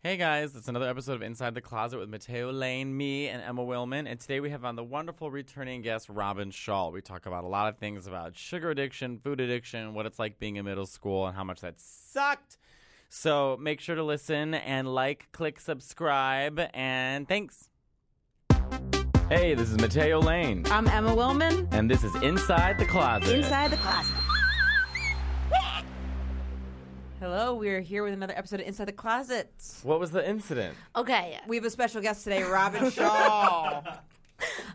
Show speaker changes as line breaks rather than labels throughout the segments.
Hey guys, it's another episode of Inside the Closet with Mateo Lane, me, and Emma Willman. And today we have on the wonderful returning guest, Robin Shaw. We talk about a lot of things about sugar addiction, food addiction, what it's like being in middle school, and how much that sucked. So make sure to listen and like, click, subscribe, and thanks. Hey, this is Mateo Lane,
I'm Emma Willman.
and this is Inside the Closet.
Inside the closet. Hello, we're here with another episode of Inside the Closet.
what was the incident?
Oh,
Okay.
We have a special guest today, Robin Shaw.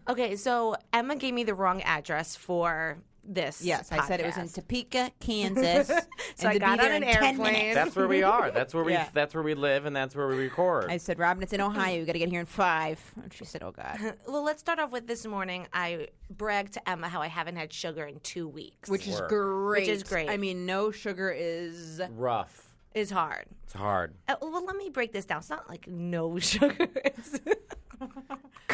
Okay, so Emma gave me the wrong address for this.
yes, I said it was in
podcast.
Topeka, Kansas.
So I got on an airplane.
That's where we are. That's where we.
Yeah.
That's where we live, and that's where we record.
I said, Robin, it's in Ohio. You got to get here in five. And she said, Oh God,
Well, let's start off with this morning. I bragged to Emma how I haven't had sugar in two weeks,
which is
Work.
great.
Which is great.
I mean, no sugar is.
Rough.
is hard.
It's hard.
Uh, well, let me break this down. It's not like no sugar. It's-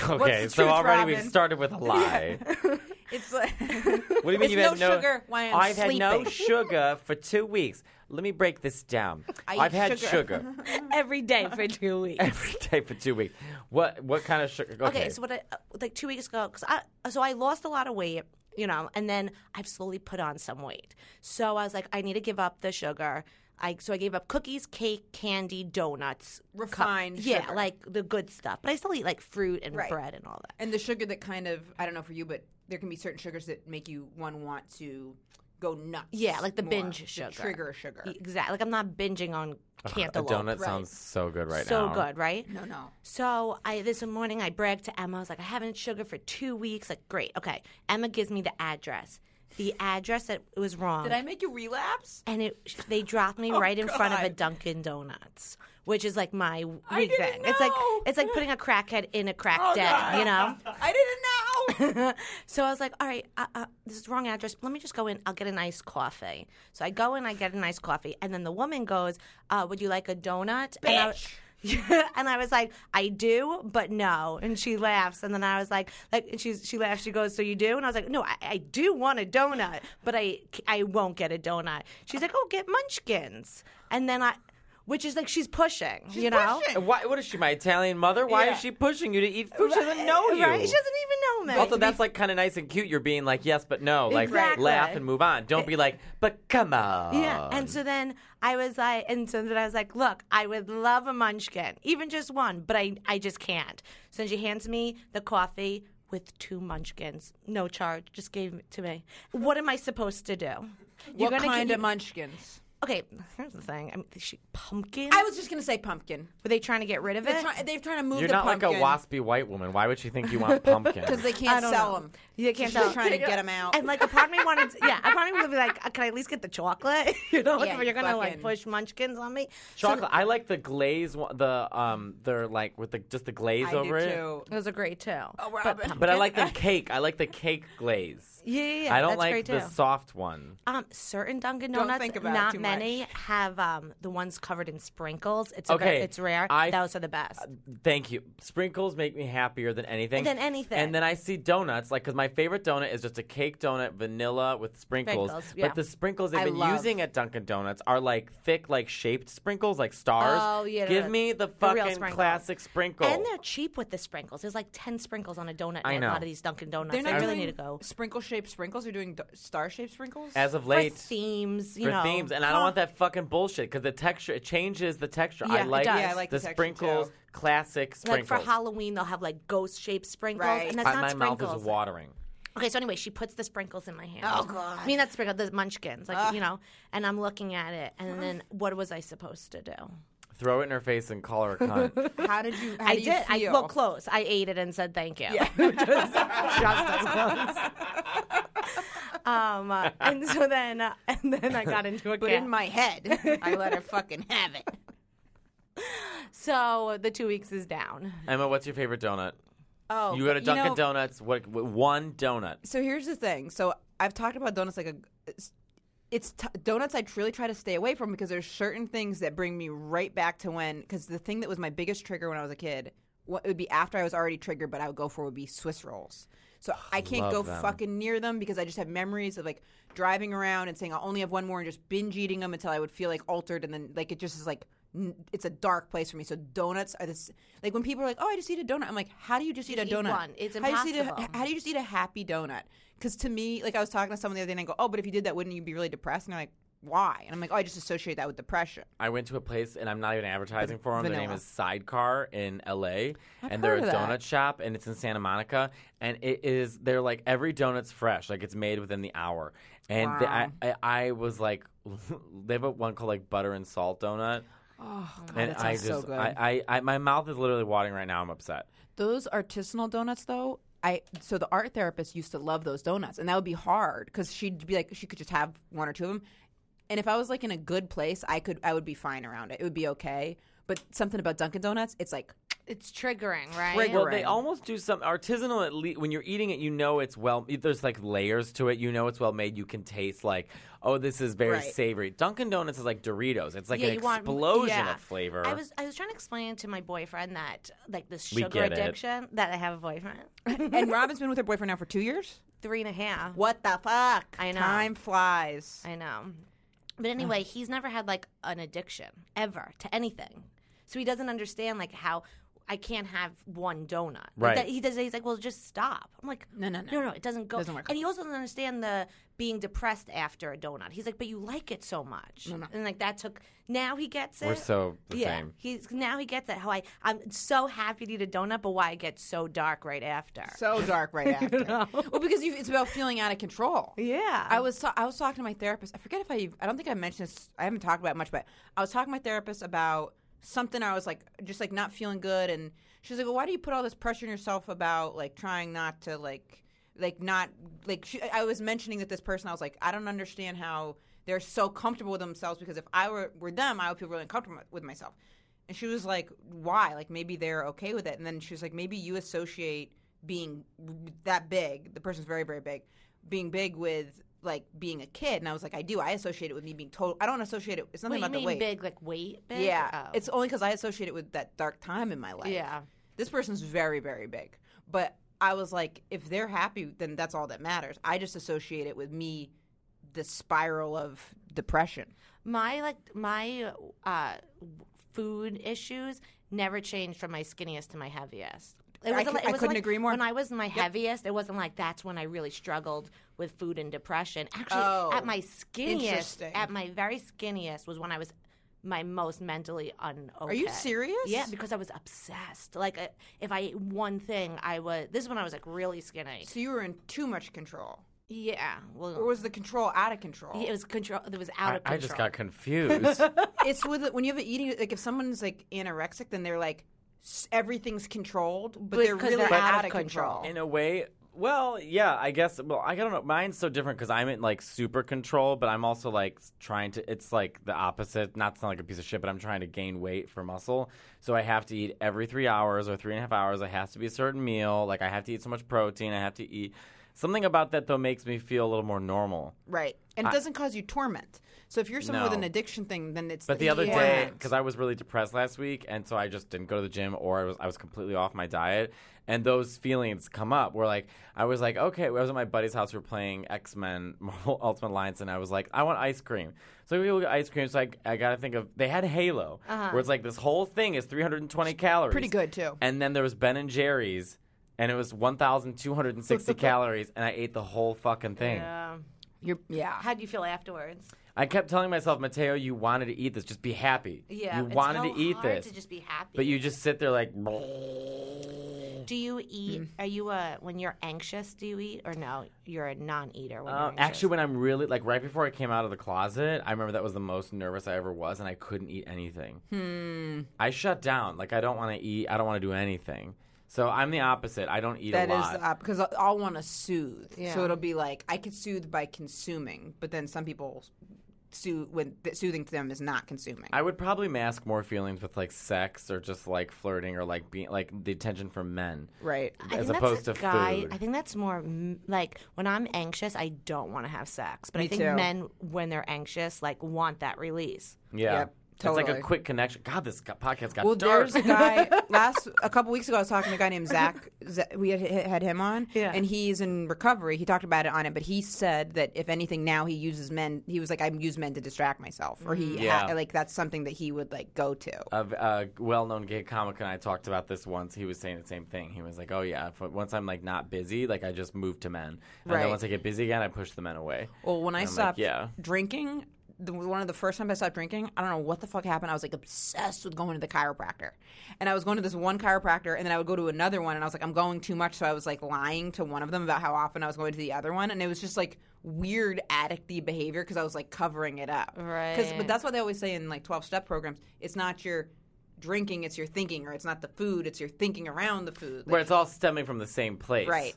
Okay,
the
so
truth,
already we've
Robin?
started with a lie.
It's like
What do you mean
It's
you've had
no
no
sugar, why I'm
I've had no
sleeping.
sugar for two weeks. Let me break this down.
I
have
eat
had
sugar.
sugar
every day for two weeks.
every day for two weeks. What what kind of sugar? Okay,
Okay, so what I uh, like two weeks ago because I so I lost a lot of weight, you know, and then I've slowly put on some weight. So I was like, I need to give up the sugar. I so I gave up cookies, cake, candy, donuts, cu-
Refined
yeah,
sugar.
like the good stuff. But I still eat like fruit and
Right.
bread and all that.
And the sugar that kind of I don't know for you, but there can be certain sugars that make you one want to go nuts.
Yeah, like the
more,
binge
the
sugar.
trigger sugar.
Exactly. E, Like I'm not binging on
Uh-huh, a
cantaloupe.
donut
right?
sounds so good right
so
now.
good, right?
No, no.
So I this morning I bragged to Emma. I was like, I haven't had sugar for two weeks. Like, great, okay. Emma gives me the address. The address that was wrong.
Did I make you relapse?
and it they dropped me right in front of a
God.
Dunkin' Donuts, which is like my weekend.
didn't
It's like
know. Oh,
it's like putting a crackhead in a crack den,
God.
you know.
I didn't know.
So I was like, all right, uh, uh, this is the wrong address. Let me just go in. I'll get a nice coffee. So I go in, I get a nice coffee, and then the woman goes, uh, "Would you like a donut?" And I, and I was like, "I do, but no." And she laughs, and then I was like, "Like," and she she laughs. She goes, "So you do?" And I was like, "No, I, I do want a donut, but I I won't get a donut." She's like, "Oh, get Munchkins," and then I, which is like she's pushing, you know.
pushing.
And Why, what is she, my Italian mother? Why
Yeah.
is she pushing you to eat food? She doesn't know you.
Right? She doesn't even know me.
also, that's like kind of nice and cute. You're being like, yes, but no. Like,
Exactly.
laugh and move on. Don't be like, but come on.
Yeah, and so then I was like, and so then I was like, look, I would love a munchkin, even just one, but I, I just can't. So then she hands me the coffee with two munchkins, no charge, just gave it to me. What am I supposed to do?
what
gonna
kind
get-
of munchkins?
Okay, here's the thing. I mean, is she pumpkin.
I was just gonna say pumpkin.
Were they trying to get rid of
They're,
it?
try- they're trying to move
You're
the
not
pumpkin.
like a waspy white woman. Why would she think you want pumpkin?
because they can't sell them.
You can't
They're
sell.
trying to get them out.
And like a part of me wanted, to, yeah, a part of me would be like, "Uh, can I at least get the chocolate? you know,
Yeah,
if you're gonna like
fucking-
push munchkins on me. So
Chocolate. I like the glaze. one- The um, they're like with the just the glaze
I
over
do
it.
too.
those are great too.
Oh, Robin.
But I like the cake. I like the cake glaze.
Yeah, yeah, yeah.
I don't
That's
like
great
the
too.
soft one.
Um, certain Dunkin'
Don't
Donuts,
think about it
not
too
many,
much.
have um, the ones covered in sprinkles. It's a
Okay,
rare, it's rare.
I- Uh,
Those are the best.
Thank you. Sprinkles make me happier than anything.
Than anything.
And then I see donuts, like, because my favorite donut is just a cake donut, vanilla with sprinkles.
Sprinkles, yeah.
But the sprinkles they've
I
been
love-
using at Dunkin' Donuts are like thick, like shaped sprinkles, like stars.
Oh, yeah,
Give
the-
me the
the real
fucking
sprinkles.
classic sprinkle.
And they're cheap with the sprinkles. There's like ten sprinkles on a donut.
I
at
know.
a lot of these Dunkin' Donuts.
They're not
I really
doing
need to go
sprinkle shaped sprinkles. They're doing star shaped sprinkles.
As of
for
late.
themes. You
for
know,
themes, and I don't want that fucking bullshit because the texture it changes the texture. I
Yeah, it
like,
does. Yeah, I
like
the,
the texture,
sprinkles,
too.
classic
Like
sprinkles.
for Halloween, they'll have like ghost shaped sprinkles,
Right.
and that's
I-
not
my
sprinkles.
mouth is watering.
Okay, so anyway, she puts the sprinkles in my hand.
Oh, God.
I mean, that's sprinkles, the munchkins, like you know. And I'm looking at it, and then what was I supposed to do?
Throw it in her face and call her a cunt.
how did you? How
I
do
did.
You
I
feel?
well, close. I ate it and said thank you. um, uh, and so then, uh, and then I got into a
But
cab.
in my head, I let her fucking have it.
so the two weeks is down.
Emma, what's your favorite donut?
Oh,
You go to
but
Dunkin'
know-
Donuts. What, what one donut?
So here's the thing. So I've talked about donuts like a. It's, it's t- donuts I truly try to stay away from because there's certain things that bring me right back to when. Because the thing that was my biggest trigger when I was a kid, what it would be after I was already triggered, but I would go for would be Swiss rolls. So I can't
Love
go
them.
fucking near them because I just have memories of like driving around and saying I'll only have one more and just binge eating them until I would feel like altered and then like it just is like n- it's a dark place for me. So donuts are this like when people are like, "Oh, I just eat a donut." I'm like, "How do you just eat a
eat
donut?
one. It's
how do you just eat a-
impossible.
how do you just eat a happy donut?" Because to me, like I was talking to someone the other day, and I go, "Oh, but if you did that, wouldn't you be really depressed?" And they're like, "Why?" And I'm like, "Oh, I just associate that with depression."
I went to a place, and I'm not even advertising for them. Their name
vanilla.
is Sidecar in LA, and
heard
they're a
of that.
donut shop, and it's in Santa Monica, and it is they're like every donut's fresh, like it's made within the hour, and the- I,
Wow.
I I was like, they have a one called like butter and salt donut,
Oh, God,
and
that
I
sounds
just
so good.
I, I I my mouth is literally watering right now. I'm upset.
Those artisanal donuts, though, I so the art therapist used to love those donuts, and that would be hard because she'd be like, she could just have one or two of them. And if I was like in a good place, I could, I would be fine around it. It would be okay. But something about Dunkin' Donuts, it's like
It's triggering, right?
Trigger-
Well, they
Right.
almost do some artisanal. At least when you're eating it, you know it's well. e, There's like layers to it. You know it's well made. You can taste like, oh, this is very
Right,
savory. Dunkin' Donuts is like Doritos. It's like
Yeah,
an
you want-
explosion
yeah.
of flavor.
I was I was trying to explain to my boyfriend that like this
We
sugar
get it.
addiction that I have a boyfriend.
and Robin's been with her boyfriend now for two years.
Three and a half.
What the fuck?
I know.
Time flies.
I know. But anyway, he's never had like an addiction ever to anything. So he doesn't understand like how I can't have one donut.
Right.
Like, that- he does he's like, "Well, just stop." I'm like,
No, no, no.
No, no, it doesn't go.
Doesn't work.
And he also doesn't understand the being depressed after a donut. He's like, "But you like it so much." And like that took now he gets it.
We're so the
yeah,
same.
he's now he gets it. How I I'm so happy to eat a donut, but why it gets so dark right after?
So dark right after. Well, because you, it's about feeling out of control.
yeah,
I was ta- I was talking to my therapist. I forget if I I don't think I mentioned this. I haven't talked about it much, but I was talking to my therapist about something. I was like just like not feeling good, and she was like, "Well, why do you put all this pressure on yourself about like trying not to like like not like?" She, I was mentioning that this person. I was like, I don't understand how they're so comfortable with themselves because if I were were them, I would feel really uncomfortable with myself. And she was like, "Why? Like maybe they're okay with it." And then she was like, "Maybe you associate being that big. The person's very, very big. Being big with like being a kid." And I was like, "I do. I associate it with me being total. I don't associate it. It's
What
nothing
do you
about the weight.
mean big like weight? Big?
Yeah,
Oh.
it's only because I associate it with that dark time in my life.
Yeah.
this person's very, very big. But I was like, if they're happy, then that's all that matters. I just associate it with me, the spiral of depression.
my like my uh food issues never changed from my skinniest to my heaviest it
I
wasn't
cou-
like- it
I
wasn't
couldn't
like
agree more.
When I was my heaviest, it wasn't like that's when I really struggled with food and depression. Actually,
Oh,
at my skinniest,
interesting.
at my very skinniest, was when I was my most mentally un.
Are you serious?
Yeah, because I was obsessed. Like, uh, if I ate one thing, I was. This is when I was like really skinny.
So you were in too much control,
Yeah, well,
or was the control out of control?
it was control. It was out
I,
of control.
I just got confused.
it's with when you have an eating like if someone's like anorexic then they're like s- everything's controlled but they're
Because
really
they're
out, of control,
In a way, well, yeah, I guess. Well, I don't know. Mine's so different because I'm in like super control, but I'm also like s- trying to. It's like the opposite. Not to sound like a piece of shit, but I'm trying to gain weight for muscle. So I have to eat every three hours or three and a half hours. It has to be a certain meal. Like I have to eat so much protein. I have to eat. Something about that though makes me feel a little more normal.
right and it doesn't cause you torment so if you're someone with
No.
an addiction thing then it's
But the other
yeah.
day, because I was really depressed last week, and so I just didn't go to the gym, or I was I was completely off my diet, and those feelings come up. Where like I was like, okay, I was at my buddy's house, we were playing X Men Marvel Ultimate Alliance, and I was like, I want ice cream. So we go get ice cream. So I, I got to think of they had Halo, where it's like this whole thing is 320 calories,
Uh-huh. pretty good, too.
And then there was Ben and Jerry's, and it was 1,260 calories, and I ate the whole fucking thing.
Yeah.
you're yeah
How do you feel afterwards?
I kept telling myself, Mateo, you wanted to eat this. Just be happy.
Yeah,
you
it's
wanted
so
to eat
hard
this.
To just be happy.
But you just sit there like,
do you
Mm.
eat? Are you a when you're anxious? Do you eat or no? You're a non-eater. When
Uh,
you're anxious?
actually, when I'm really like right before I came out of the closet, I remember that was the most nervous I ever was, and I couldn't eat anything. Hmm. I shut down. Like I don't want to eat. I don't want to do anything. So I'm the opposite. I don't eat
that
a
is
lot.
uh, because I- I'll want to soothe,
Yeah.
so it'll be like I could soothe by consuming, but then some people soothe when that soothing to them is not consuming.
I would probably mask more feelings with like sex or just like flirting or like being like the attention from men.
right?
I
as
think
opposed to
that's guy,
food.
I think that's more mm, like when I'm anxious, I don't want to have sex. But I
Me
think
too.
men, when they're anxious, like want that release.
Yeah.
Yep.
It's like
Totally.
a quick connection. God, this got- podcast got
Well,
dark.
there's a guy last a couple weeks ago. I was talking to a guy named Zach. Zach we had, had him on,
Yeah.
and he's in recovery. He talked about it on it, but he said that if anything, now he uses men. He was like, I use men to distract myself, or he
Mm-hmm. Yeah.
ha- like that's something that he would like go to.
a, a uh, well-known gay comic and I talked about this once. He was saying the same thing. He was like, "Oh yeah, if, once I'm like not busy, like I just move to men, and
Right.
then once I get busy again, I push the men away."
Well, when I
I'm like,
stopped
yeah.
drinking, the, one of the first times I stopped drinking, I don't know what the fuck happened. I was like obsessed with going to the chiropractor, and I was going to this one chiropractor, and then I would go to another one, and I was like, I'm going too much, so I was like lying to one of them about how often I was going to the other one, and it was just like weird addicty behavior because I was like covering it up, 'Cause-
Right.
but that's what they always say in like twelve step programs. It's not your drinking, it's your thinking, or it's not the food, it's your thinking around the food. Like,
Where it's all stemming from the same place,
Right.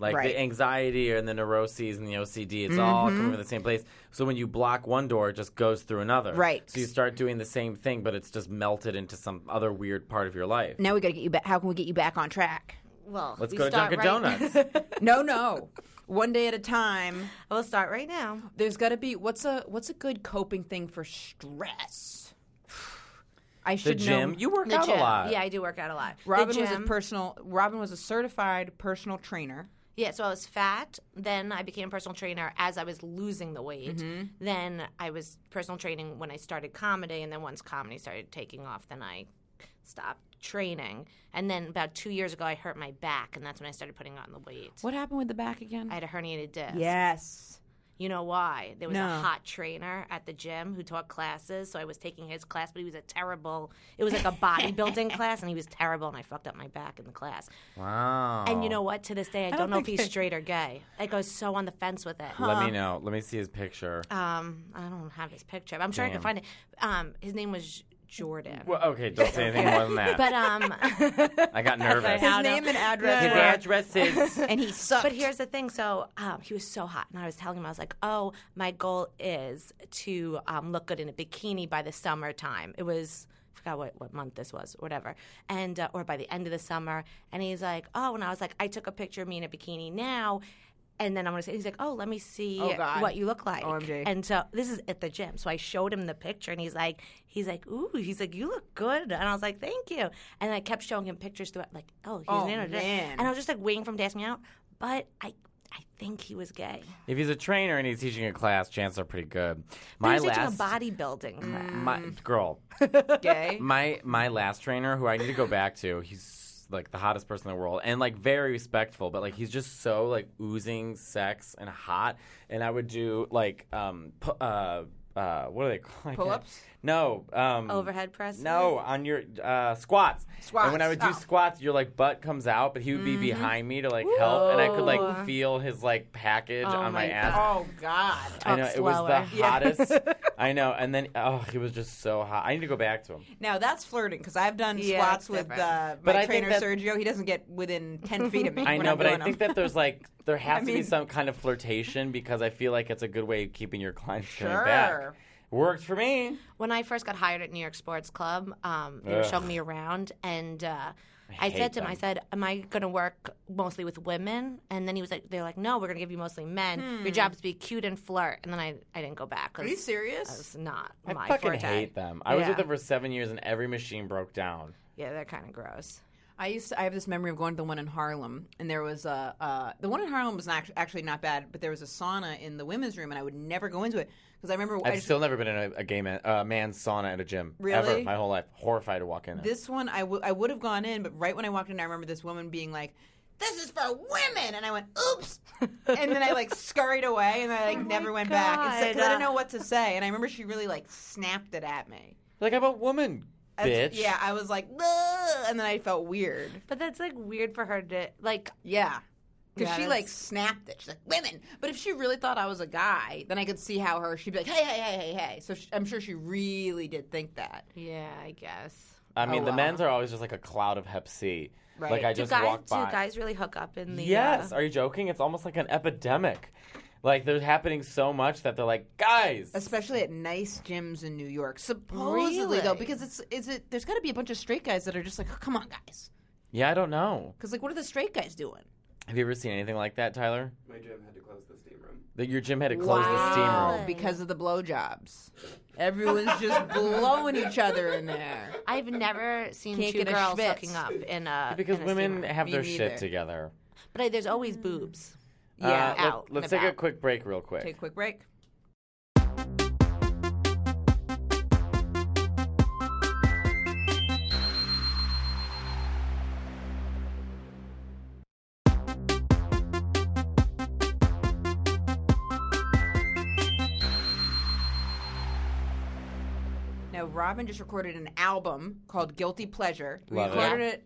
Like
Right. Mm-hmm.
the anxiety and the neuroses and the OCD, it's all coming from the same place. So when you block one door, it just goes through another.
Right.
So you start doing the same thing, but it's just melted into some other weird part of your life.
now we got to get you back. How can we get you back on track?
Well,
Let's
we
go to
start
Dunkin'
right-
Donuts.
No, no. One day at a time.
we'll start right now.
There's got to be what's a what's a good coping thing for stress? I
the
should
gym.
know.
You work
The
out
gym.
a lot.
Yeah, I do work out a lot. The
Robin was a
gym.
personal. Robin was a certified personal trainer.
Yeah, so I was fat. Then I became a personal trainer as I was losing the weight.
Mm-hmm.
Then I was personal training when I started comedy, and then once comedy started taking off, then I stopped training. And then about two years ago, I hurt my back, and that's when I started putting on the weight.
What happened with the back again?
I had a herniated disc.
yes.
You know why? There was
No.
a hot trainer at the gym who taught classes, so I was taking his class, but he was a terrible. It was like a bodybuilding class, and he was terrible, and I fucked up my back in the class.
Wow.
And you know what? To this day, I don't, know if
think
he's straight or gay. Like I was so on the fence with it.
Let me know. Let me see his picture.
Um, I don't have his picture. but I'm sure I can find it. Um, his name was Jordan.
well, okay, don't say anything more than that.
But um,
I got nervous.
His
I don't-
name and address.
His
were-
address is.
and he sucked.
but here's the thing. So um, he was so hot, and I was telling him I was like, "Oh, my goal is to um, look good in a bikini by the summertime." It was. I forgot what, what month this was, whatever, and uh, or by the end of the summer. And he's like, "Oh," and I was like, "I took a picture of me in a bikini now." And then I'm gonna say, he's like, "Oh, let me see
Oh, God.
what you look like."
OMG.
And so this is at the gym. So I showed him the picture, and he's like, he's like, "Ooh," he's like, "You look good," and I was like, "Thank you." And I kept showing him pictures throughout, like, "Oh, he's
Oh,
an internet."
man.
And I was just like waiting for him to ask me out, but I I think he was gay.
If he's a trainer and he's teaching a class, chances are pretty good.
But
My
he was
last
teaching a Mm. bodybuilding class.
my girl,
gay.
my my last trainer who I need to go back to. He's like the hottest person in the world and like very respectful, but like he's just so like oozing sex and hot. And I would do like um pu- uh uh what are they called? I can't-
Pull-ups?
No. Um,
Overhead presses?
No, on your uh, squats.
Squats,
And when I would do
oh. Mm-hmm.
squats, your like butt comes out, but he would be behind me to like help, and I could like feel his like package on my,
my
ass.
Oh God.
I know
Talk
it was the
Yeah.
hottest. I know, and then oh, he was just so hot. I need to go back to him.
Now that's flirting because I've done
Yeah,
squats
that's
with
different.
uh,
But I
my
think
trainer
that-
Sergio. He doesn't get within ten feet of me.
I
when
know,
I'm
but I
doing
think
them.
that there's like there has to be
mean-
some kind of flirtation because I feel like it's a good way of keeping your clients coming
Sure.
back. Worked for me.
When I first got hired at New York Sports Club, um, they were
Ugh.
showing me around, and uh, I,
hate
said to him, "I
them.
said, am I going to work mostly with women?" And then he was like, "They're like, no, we're going to give you mostly men. Your job is to be cute and flirt." And then I, I didn't go back
Are you
because
serious?
it's not
I
my
fucking
forte.
hate them. I was
Yeah.
with them for seven years, and every machine broke down.
Yeah, they're kind of gross.
I used to, I have this memory of going to the one in Harlem, and there was a uh, the one in Harlem was not, actually not bad, but there was a sauna in the women's room, and I would never go into it because I remember I
I've
just,
still never been in a, a gay man uh, man's sauna at a gym ever
Really?
my whole life. Horrified to walk in there.
this one I would have gone in, but right when I walked in, I remember this woman being like, "This is for women," and I went, "Oops," and then I like scurried away, and I like never went back because I
God.
didn't know what to say, and I remember she really like snapped it at me.
like I'm a woman, bitch.
That's- Yeah, I was like, "Ugh," and then I felt weird.
But that's like weird for her to like.
Yeah. Because
Yeah,
she
that's-
like snapped it. She's like, women. But if she really thought I was a guy, then I could see how her, she'd be like, hey, hey, hey, hey, hey. So she, I'm sure she really did think that.
Yeah, I guess.
I mean,
Oh,
the
wow.
men's are always just like a cloud of Hep C.
Right.
Like I
do
just
guys
walk
do
by.
guys really hook up in the? uh,
yes, are you joking? It's almost like an epidemic. Like they're happening so much that they're like, guys.
Especially at nice gyms in New York. Supposedly, though,
Really?
because it's, is it, there's got to be a bunch of straight guys that are just like, oh, come on, guys.
Yeah, I don't know.
Because, like, what are the straight guys doing?
Have you ever seen anything like that, Tyler?
My gym had to close the steam room.
That your gym had to close the steam room.
Because of the blowjobs. Everyone's just blowing each other in there.
I've never seen
Can't
two
get a
girls
schwitz.
hooking up in a
because
in a
women
steamer.
have
Me
their
neither.
shit together.
But I, there's always boobs.
Uh,
Yeah,
let-
out
let's
and
take a
about.
quick break, real quick.
Take a quick break. Now, Robin just recorded an album called Guilty Pleasure. We
Love it.
recorded it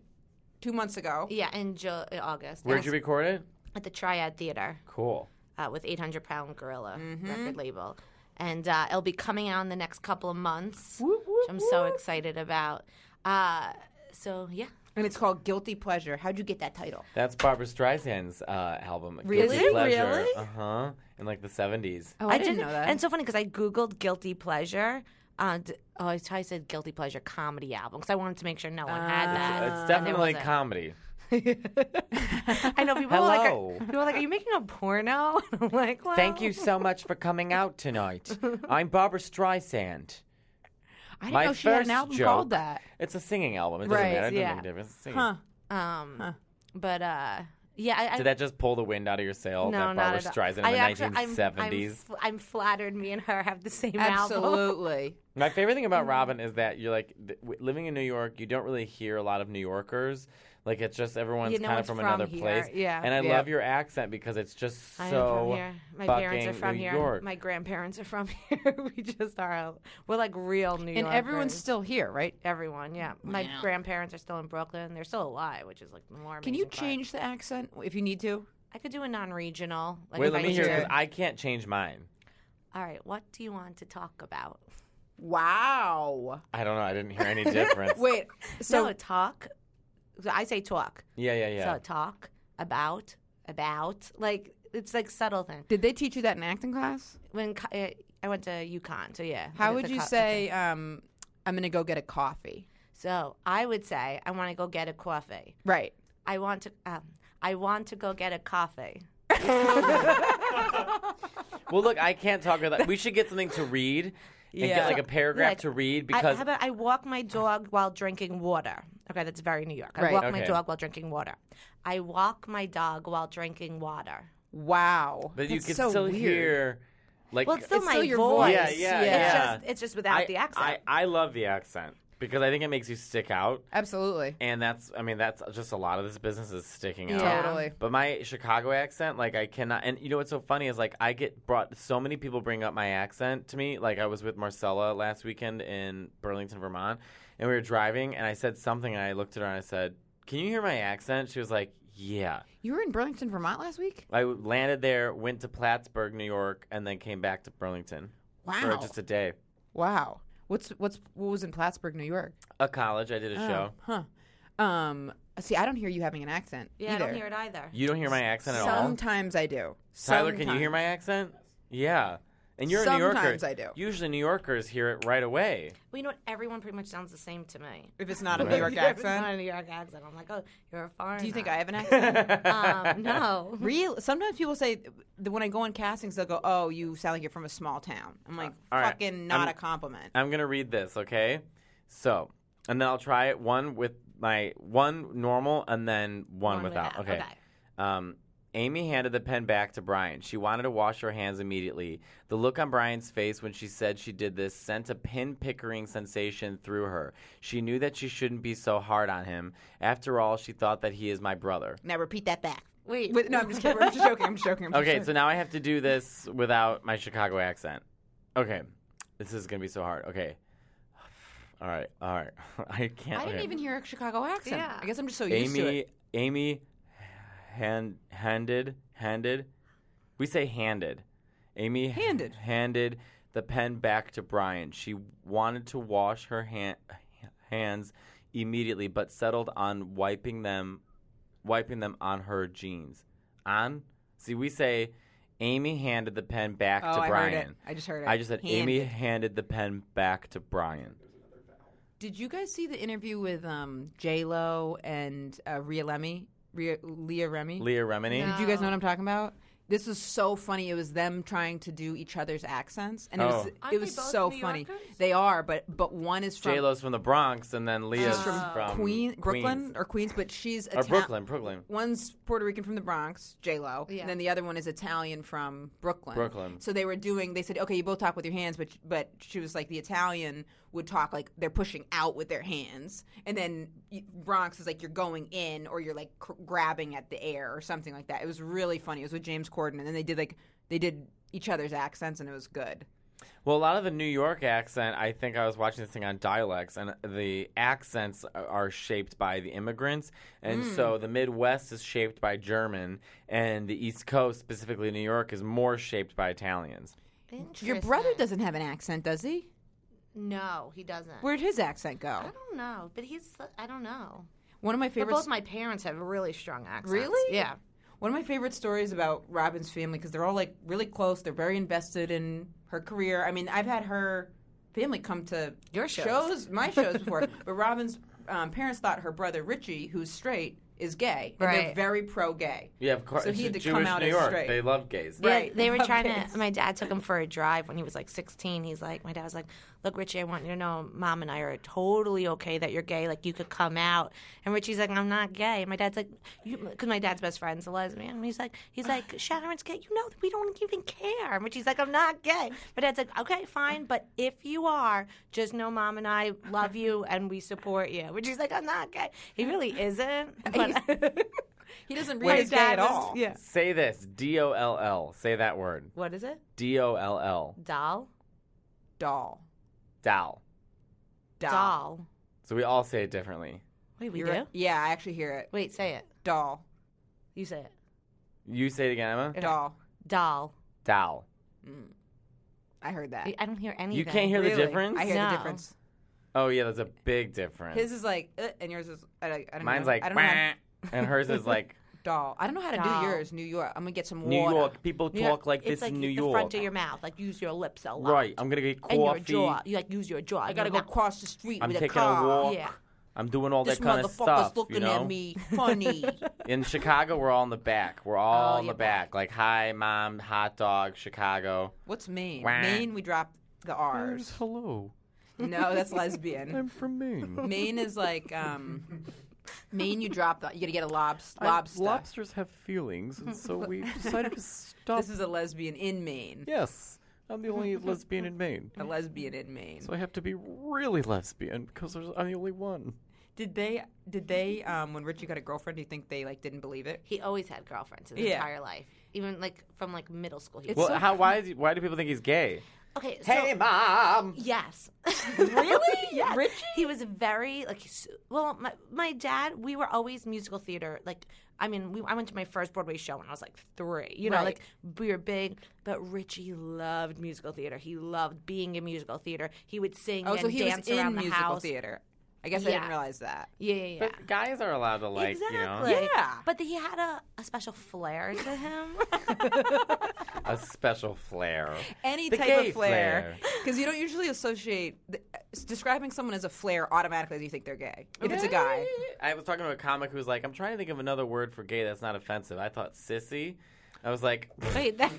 two months ago.
Yeah, in Ju- in August.
Where'd
Yes.
you record it?
At the Triad Theater
Cool.
uh, with 800 Pound Gorilla record label. And uh, it'll be coming out in the next couple of months, which I'm so excited about. Uh, so, yeah.
And it's called Guilty Pleasure. How'd you get that title?
That's Barbara Streisand's uh, album.
Really?
Guilty Pleasure.
Really?
Uh huh. In like the seventies.
Oh,
And it's so funny because I Googled guilty pleasure. Uh, d- oh, I I said guilty pleasure comedy album because I wanted to make sure no one had that.
it's definitely
uh, wasn't.
comedy.
I know people are like,
Hello.
are, people are like, are you making a porno? And I'm like, well,
Thank you so much for coming out tonight. I'm Barbara Streisand.
I didn't
My
know she had
first
an album
joke-
called that.
It's a singing album. It doesn't
Right,
matter. It doesn't
yeah.
make a difference. It's singing.
Huh.
Um, but uh, yeah, I, I
Did that just pull the wind out of your sail?
no,
that
not
Barbara
at all.
Streisand
I
in the
actually- I'm-
nineteen seventies.
I'm, f- I'm flattered. Me and her have the same album.
Absolutely.
My favorite thing about Robin is that you're like th- w- living in New York. You don't really hear a lot of New Yorkers. Like it's just everyone's
You know
kind of
it's
from,
from
another
here.
place.
Yeah.
And I
Yeah.
love your accent because it's just
I am
so
from here. My
fucking
parents are from
New
here.
York.
My grandparents are from here. we just are. We're like real New
and
Yorkers.
everyone's still here, right?
everyone. Yeah, my grandparents are still in Brooklyn. They're still alive, which is like the more.
Can you
amazing part.
change the accent if you need to?
I could do a non-regional. Like
Wait,
if
let
I
me hear
do-
because I can't change mine.
All right, what do you want to talk about?
Wow.
I don't know. I didn't hear any difference.
Wait.
So
So
no, talk. So I say talk.
yeah, yeah, yeah.
So talk about about like it's like subtle thing.
did they teach you that in acting class?
When co- uh, I went to UConn, so yeah.
How
like
would
the
you
co-
say um, I'm going to go get a coffee?
So I would say I want to go get a coffee.
Right.
I want to. Um, I want to go get a coffee.
well, look, I can't talk about that. We should get something to read and
Yeah.
get like a paragraph
Like,
to read
I,
because
how about I walk my dog while drinking water? Okay, that's very New York. I
Right.
walk my
Okay.
dog while drinking water. I walk my dog while drinking water.
Wow.
but you
That's
can
so
still
weird.
hear like
Well, it's still
It's
my
still your
voice.
yeah, yeah,
Yeah.
It's
yeah.
just it's just without
I-
the accent.
I, I love the accent because I think it makes you stick out.
Absolutely.
And that's, I mean, that's just a lot of this business is sticking out.
Yeah.
Totally.
But my Chicago accent, like, I cannot. And you know what's so funny is, like, I get brought, so many people bring up my accent to me. Like, I was with Marcella last weekend in Burlington, Vermont, and we were driving, and I said something, and I looked at her and I said, Can you hear my accent? She was like, Yeah.
You were in Burlington, Vermont last week?
I landed there, went to Plattsburgh, New York, and then came back to Burlington for
Wow.
just a day.
Wow. What's what's what was in Plattsburgh, New York?
A college, I did
Oh.
a show.
Huh. Um see, I don't hear you having an accent
yeah,
either.
I don't hear it either.
You don't hear my accent at all?
Sometimes I do.
Tyler, can you hear my accent? Yeah. And you're a New Yorker.
Sometimes I do.
Usually New Yorkers hear it right away.
Well, you know what? Everyone pretty much sounds the same to me.
If it's not a New York
Yeah, if it's
accent,
not a New York accent. I'm like, oh, you're a foreigner.
do you think I have an accent?
Um, no.
Real. Sometimes people say that when I go on castings, they'll go, "Oh, you sound like you're from a small town." I'm like,
all right.
"Fucking not
I'm-
a compliment."
I'm going to read this, okay? So, and then I'll try it one with my one normal and then one,
One
without.
without, okay.
Um, Amy handed the pen back to Brian. She wanted to wash her hands immediately. The look on Brian's face when she said she did this sent a pin pickering sensation through her. She knew that she shouldn't be so hard on him. After all, she thought that he is my brother.
Now repeat that back.
Wait.
Wait, no, I'm just kidding. I'm just joking. I'm just joking. I'm just
Okay,
joking.
so now I have to do this without my Chicago accent. Okay, this is gonna be so hard. Okay, all right, all right. I can't.
I didn't
okay.
even hear a Chicago accent.
Yeah.
I guess I'm just so used to
Amy,
it.
Amy, hand, handed, handed. We say handed. Amy h-
Handed.
handed the pen back to Brian. She wanted to wash her hand, hands immediately, but settled on wiping them, wiping them on her jeans. On. See, we say. Amy handed the pen back
Oh,
to
I
Brian.
heard it. I just heard it.
I just said Amy
Handed.
handed the pen back to Brian.
Did you guys see the interview with um, J Lo and uh, Rhea Lemmy? Rhea, Leah Remy.
Leah Remini.
Did you guys know what I'm talking about? This is so funny. It was them trying to do each other's accents, and it was
Oh.
Aren't they
it was
both
so
New
funny.
Yorkers?
They are, but but one is from
J Lo's from the Bronx, and then Leah's
she's from,
from
Queen, Brooklyn
Queens.
or Queens, but she's
or
Italian.
Brooklyn, Brooklyn.
One's Puerto Rican from the Bronx, J Lo,
Yeah.
and then the other one is Italian from Brooklyn.
Brooklyn.
So they were doing. They said, okay, you both talk with your hands, but but she was like the Italian would talk like they're pushing out with their hands, and then y- Bronx is like you're going in or you're like cr- grabbing at the air or something like that. It was really funny. It was with James Corden, and then they did like they did each other's accents, and it was good.
Well, a lot of the New York accent, I think I was watching this thing on dialects, and the accents a- are shaped by the immigrants. And
Hmm.
so the Midwest is shaped by German, and the East Coast, specifically New York, is more shaped by Italians.
Your brother doesn't have an accent, does he?
No, he doesn't.
Where'd his accent go?
I don't know, but he's. I don't know.
One of my
But
favorite.
both my parents have really strong accents.
Really?
Yeah.
One of my favorite stories about Robin's family because they're all like really close. They're very invested in her career. I mean, I've had her family come to
Your shows.
my shows before, but Robin's um, parents thought her brother Richie, who's straight, is gay, and they're
Right.
very pro-gay.
Yeah, of course.
So he had to
Jewish
come out
New
as
York.
straight.
They love gays.
Yeah,
Right.
they were
Love
trying
gays.
to. My dad took him for a drive when he was like 16. He's like, my dad was like, "Look, Richie, I want you to know, mom and I are totally okay that you're gay. Like, you could come out." And Richie's like, "I'm not gay." And my dad's like, "Because my dad's best friend's a lesbian." And he's like, "He's like, Sharon's gay. You know, we don't even care." And Richie's like, "I'm not gay." My dad's like, "Okay, fine, but if you are, just know, mom and I love you and we support you." Richie's like, "I'm not gay." He really isn't. But
He doesn't
My
read as gay
dad
at
was-
all.
Yeah.
Say this D O L L. Say that word.
What is it?
D O L L.
Doll.
Doll,
Dal.
doll.
Doll.
So we all say it differently.
Wait, we
You're
do?
right. Yeah, I actually hear it.
Wait, say it.
Doll,
You say it.
You say it again, Emma?
doll. Mm.
Doll.
Dal.
I heard that.
I I don't hear anything.
You can't hear the
Really?
difference?
I hear the
No.
difference.
oh, yeah, there's a big difference.
His is like, uh, and yours is. I, I don't
Mine's
know.
like,
I don't know how,
"Wah," and hers is like,
doll. I don't know how to
Doll.
do yours. New York. I'm gonna get some
New
water.
York. People
New
talk like
it's
this
like
in New
the
York.
front of your mouth. Like use your lips a lot.
Right. I'm going to get
And your
coffee.
jaw. You like use your jaw.
I gotta go across the street
I'm
with
taking
a
a
car.
walk.
Yeah.
I'm doing all
This
that kind of
motherfucker's
stuff.
looking
you know?
at me funny.
In Chicago, we're all in the back. We're all
Oh,
in
you're
the back. Like, hi, mom, hot dog, Chicago.
What's Maine?
Wah.
Maine, we drop the R's.
Hello.
No, that's lesbian.
from Maine.
Maine is like, um, Maine, you drop the, you gotta get a lobster. lobster.
have feelings, and so we decided to stop.
This is a lesbian in Maine.
yes, I'm the only lesbian in Maine.
A lesbian in Maine.
I have to be really lesbian because there's, I'm the only one.
Did they, did they, um, when Richie got a girlfriend, do you think they like didn't believe it?
He always had girlfriends his
Yeah.
entire life. Even like from like middle school. He
It's
Well,
so-
how? Why? Is he, why do people think he's gay?
okay.
hey,
so,
mom.
Yes.
Really?
yes.
Richie?
He was very like. s- Well, my, my dad. We were always musical theater. Like, I mean, we, I went to my first Broadway show when I was like three. You know,
Right.
like we were big. But Richie loved musical theater. He loved being in musical theater. He would sing
Oh,
and
so he was
dance around
in
the
musical
house.
theater. I guess I
Yeah.
didn't realize that.
Yeah, yeah, yeah.
But guys are allowed to like,
exactly.
you know,
Yeah.
But he had a, a special flair to him.
a special flair.
any
The
type
gay
of flair because you don't usually associate th- describing someone as a flair automatically you think they're gay if it's a guy
I was talking to a comic who was like, I'm trying to think of another word for gay that's not offensive. I thought sissy. I was like, I
Wait, that,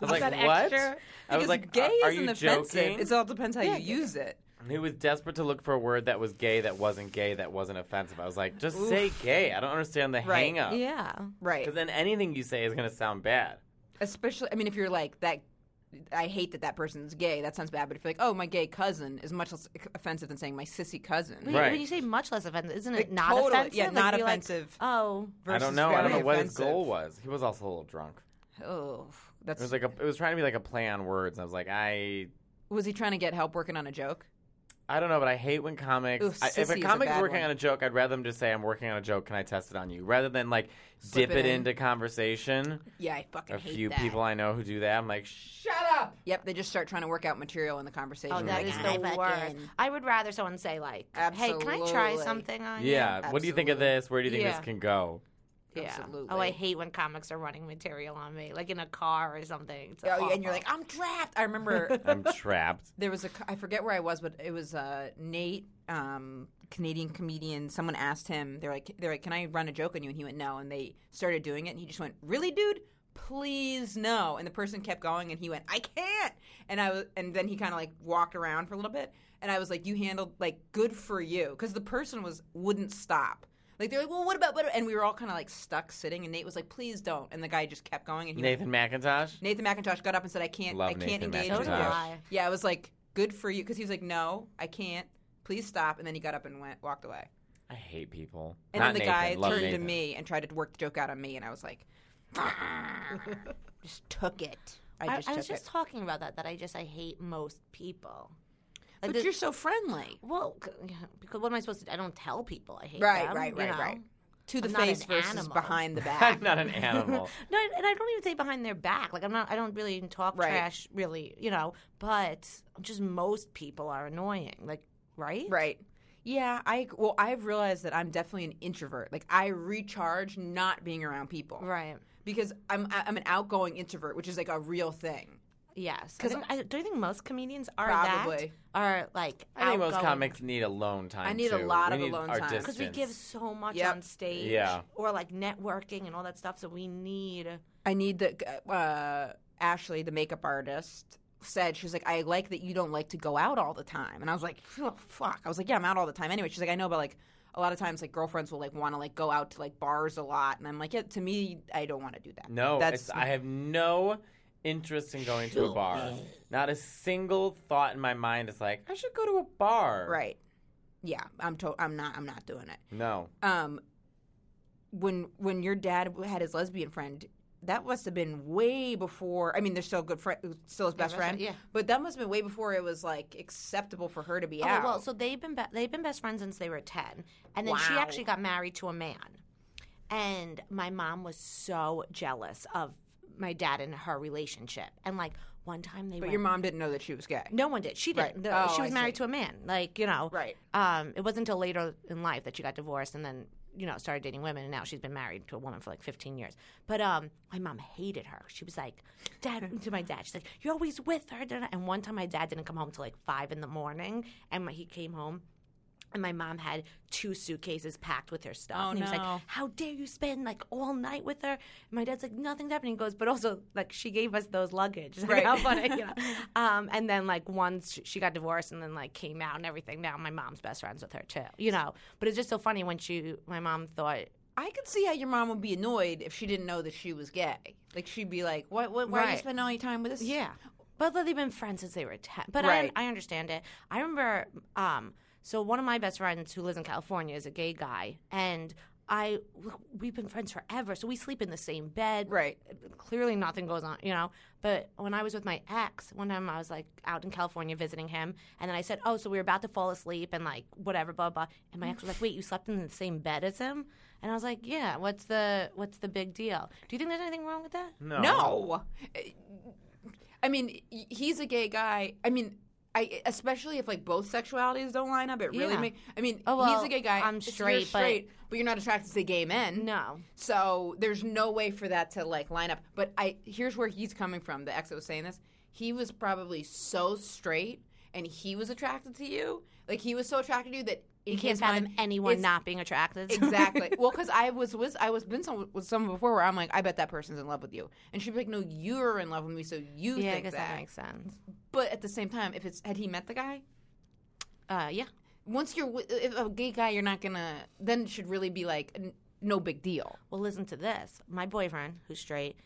was like,
that
what?
extra?
I was
Because
like,
gay
are, are
isn't
you
offensive
joking?
it all depends how you use it
He was desperate to look for a word that was gay that wasn't gay that wasn't offensive. I was like, just say gay. I don't understand the
Right.
hang up.
yeah.
right
Because then anything you say is going to sound bad.
especially i mean if you're like that i hate that that person's gay that sounds bad but if you're like oh my gay cousin is much less offensive than saying my sissy cousin
When,
Right.
when you say much less offensive, isn't it
Like,
not
totally-
offensive?
yeah, not
you're like,
offensive.
oh,
I
versus
don't know. I don't know
very
what his
offensive.
goal was. He was also a little drunk.
oh that's
It was like
was,
a, it was trying to be like a play on words. I was like, I
he trying to get help working on a joke
I don't know, but I hate when comics.
Ooh,
I, if
sissy
a
is a
comic's
bad
working
one.
on a joke, I'd rather them just say, "I'm working on a joke. Can I test it on you?" Rather than like
Slip
dip
it
it,
in.
into conversation.
yeah i fucking
A
hate
few
that
people I know who do that. I'm like, shut up.
yep they just start trying to work out material in the conversation
oh, that
Like,
is
"I
the worst.
fucking-
I would rather someone say like, "Hey, can I try
Absolutely.
something on
Yeah.
you?"
What do you think of this? Where do you think
Yeah.
this can go?
Yeah.
Absolutely.
Oh, I hate when comics are running material on me, like in a car or something. It's
Oh, yeah, and
awful.
you're like, I'm trapped. I remember
I'm trapped.
there was a co- I forget where I was, but it was uh, Nate, um, Canadian comedian. Someone asked him, they're like, they're like, can I run a joke on you? And he went, no. And they started doing it, and he just went, really, dude, please no and the person kept going and he went i can't and i was and then he kind of like walked around for a little bit and i was like you handled like good for you because the person was wouldn't stop like they're like well what about what about-" and we were all kind of like stuck sitting and nate was like please don't and the guy just kept going and he
Nathan McIntosh.
went, nathan mcintosh got up and said i can't
Love
i can't
Nathan
engage
So
with
do
McIntosh.
you
I.
yeah i was like good for you because he was like no i can't please stop and then he got up and went walked away
I hate people.
and
Not
then the
Nathan.
guy
Love
turned to
Nathan.
me and tried to work the joke out on me, and I was like, just took it. I
I,
just
I
took
was just
it.
talking about that. That I just I hate most people. Like
But
the-
you're so friendly.
well, c- yeah, because what am I supposed to? do? I don't tell people I hate
Right,
them.
right,
you
right,
know?
right. To the
I'm not an
face versus
animal.
behind the
I'm
back.
not an animal.
No, I- and I don't even say behind their back. Like I'm not. I don't really even talk
Right.
trash. Really, you know. But just most people are annoying. Like right.
right. Yeah, I well, I've realized that I'm definitely an introvert. Like I recharge not being around people,
Right.
Because I'm I'm an outgoing introvert, which is like a real thing.
Yes.
'Cause
Because do you think most comedians are that?
Probably.
Are like
I think most
outgoing?
comics need alone time.
I need a
too.
lot
We
of
need
alone
our
time. 'Cause
because we
distance.
give so much
Yep.
on stage,
Yeah.
or like networking and all that stuff. So we need
I need the uh, Ashley, the makeup artist, said she's like, I like that you don't like to go out all the time, and I was like, "Oh, fuck. I was like, yeah, I'm out all the time anyway. She's like, I know, but like a lot of times, like girlfriends will like want to like go out to like bars a lot, and I'm like, yeah, to me, I don't want to do that.
No,
that's
it's, I have no interest in going to a bar. Not a single thought in my mind is like, I should go to a bar.
right. Yeah, I'm to- I'm not I'm not doing it.
No.
Um, when when your dad had his lesbian friend. That must have been way before. I mean, they're still good friend, still his best
best
friend.
friend, yeah.
but that must have been way before it was like acceptable for her to be out.
Oh, well, so they've been be- they've been best friends since they were ten, and then she
Wow.
actually got married to a man, and my mom was so jealous of my dad and her relationship, and like one time they
But
went.
your mom didn't know that she was gay.
no one did. She didn't.
Right.
No,
Oh,
she
I
was
see.
married to a man. Like you know,
Right.
Um, it wasn't until later in life that she got divorced, and then you know started dating women, and now she's been married to a woman for like 15 years. But um, my mom hated her. She was like, "Dad," to my dad, she's like, "You're always with her." da-da-da." And one time, my dad didn't come home till like five in the morning, and when he came home. And my mom had two suitcases packed with her stuff.
Oh,
and he was
no.
like, How dare you spend like all night with her? And my dad's like, Nothing's happening. He goes, But also, like, she gave us those luggage. Like, how funny. you know? um, and then, like, once she got divorced and then, like, came out and everything, now my mom's best friends with her, too. You know? But it's just so funny when she, my mom thought,
I could see how your mom would be annoyed if she didn't know that she was gay. Like she'd be like, "What? what why are you
Right.
spending all your time with this?"
Yeah. But they've been friends since they were 10. But
Right.
I, I understand it. I remember, um, so one of my best friends who lives in California is a gay guy. And I, we've been friends forever. So we sleep in the same bed.
Right.
Clearly nothing goes on, you know. But when I was with my ex, one time I was like out in California visiting him. And then I said, oh, so we were about to fall asleep and like whatever, blah, blah. And my ex was like, wait, you slept in the same bed as him? And I was like, yeah, what's the, what's the big deal? Do you think there's anything wrong with that?
No.
No. I mean, y- he's a gay guy. I mean, I especially if like both sexualities don't line up, it really
Yeah.
make. I mean,
Oh, well,
he's a gay guy.
I'm
It's- you're
straight, but-
straight, but you're not attracted to gay men.
No.
So there's no way for that to like line up. But I here's where he's coming from. The ex that was saying this, he was probably so straight, and he was attracted to you. Like he was so attracted to you that in
You can't
his
fathom
mind,
anyone
it's-
not being attracted. to-
Exactly. well, because I was with I was been some, with someone before where I'm like, I bet that person's in love with you, and she'd be like, No, you're in love with me, so you
yeah, I
think
guess
that.
that makes sense.
But at the same time, if it's had he met the guy,
Uh, yeah.
once you're with if a gay guy, you're not gonna. Then it should really be like n- no big deal.
Well, listen to this. My boyfriend, who's straight,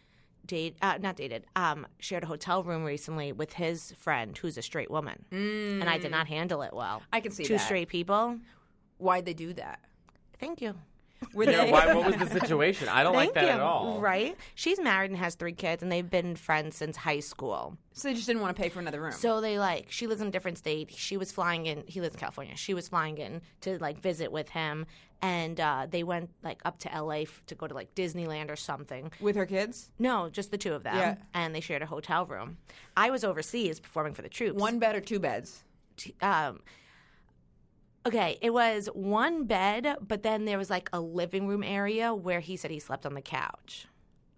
date uh, not dated, um, shared a hotel room recently with his friend, who's a straight woman, mm. and I did not handle it well.
I can see
Two
that.
straight people.
Why'd they do that?
Thank you.
Were
Yeah, why, what was the situation? I don't like that
Thank you.
at all.
Right? She's married and has three kids, and they've been friends since high school.
So they just didn't want to pay for another room.
So they like she lives in a different state. She was flying in. He lives in California. She was flying in to like visit with him, and uh, they went like up to L.A. F- to go to like Disneyland or something.
with her kids,
No, just the two of them,
Yeah.
and they shared a hotel room. I was overseas performing for the troops.
one bed or two beds.
t- um, okay, it was one bed, but then there was like a living room area where he said he slept on the couch.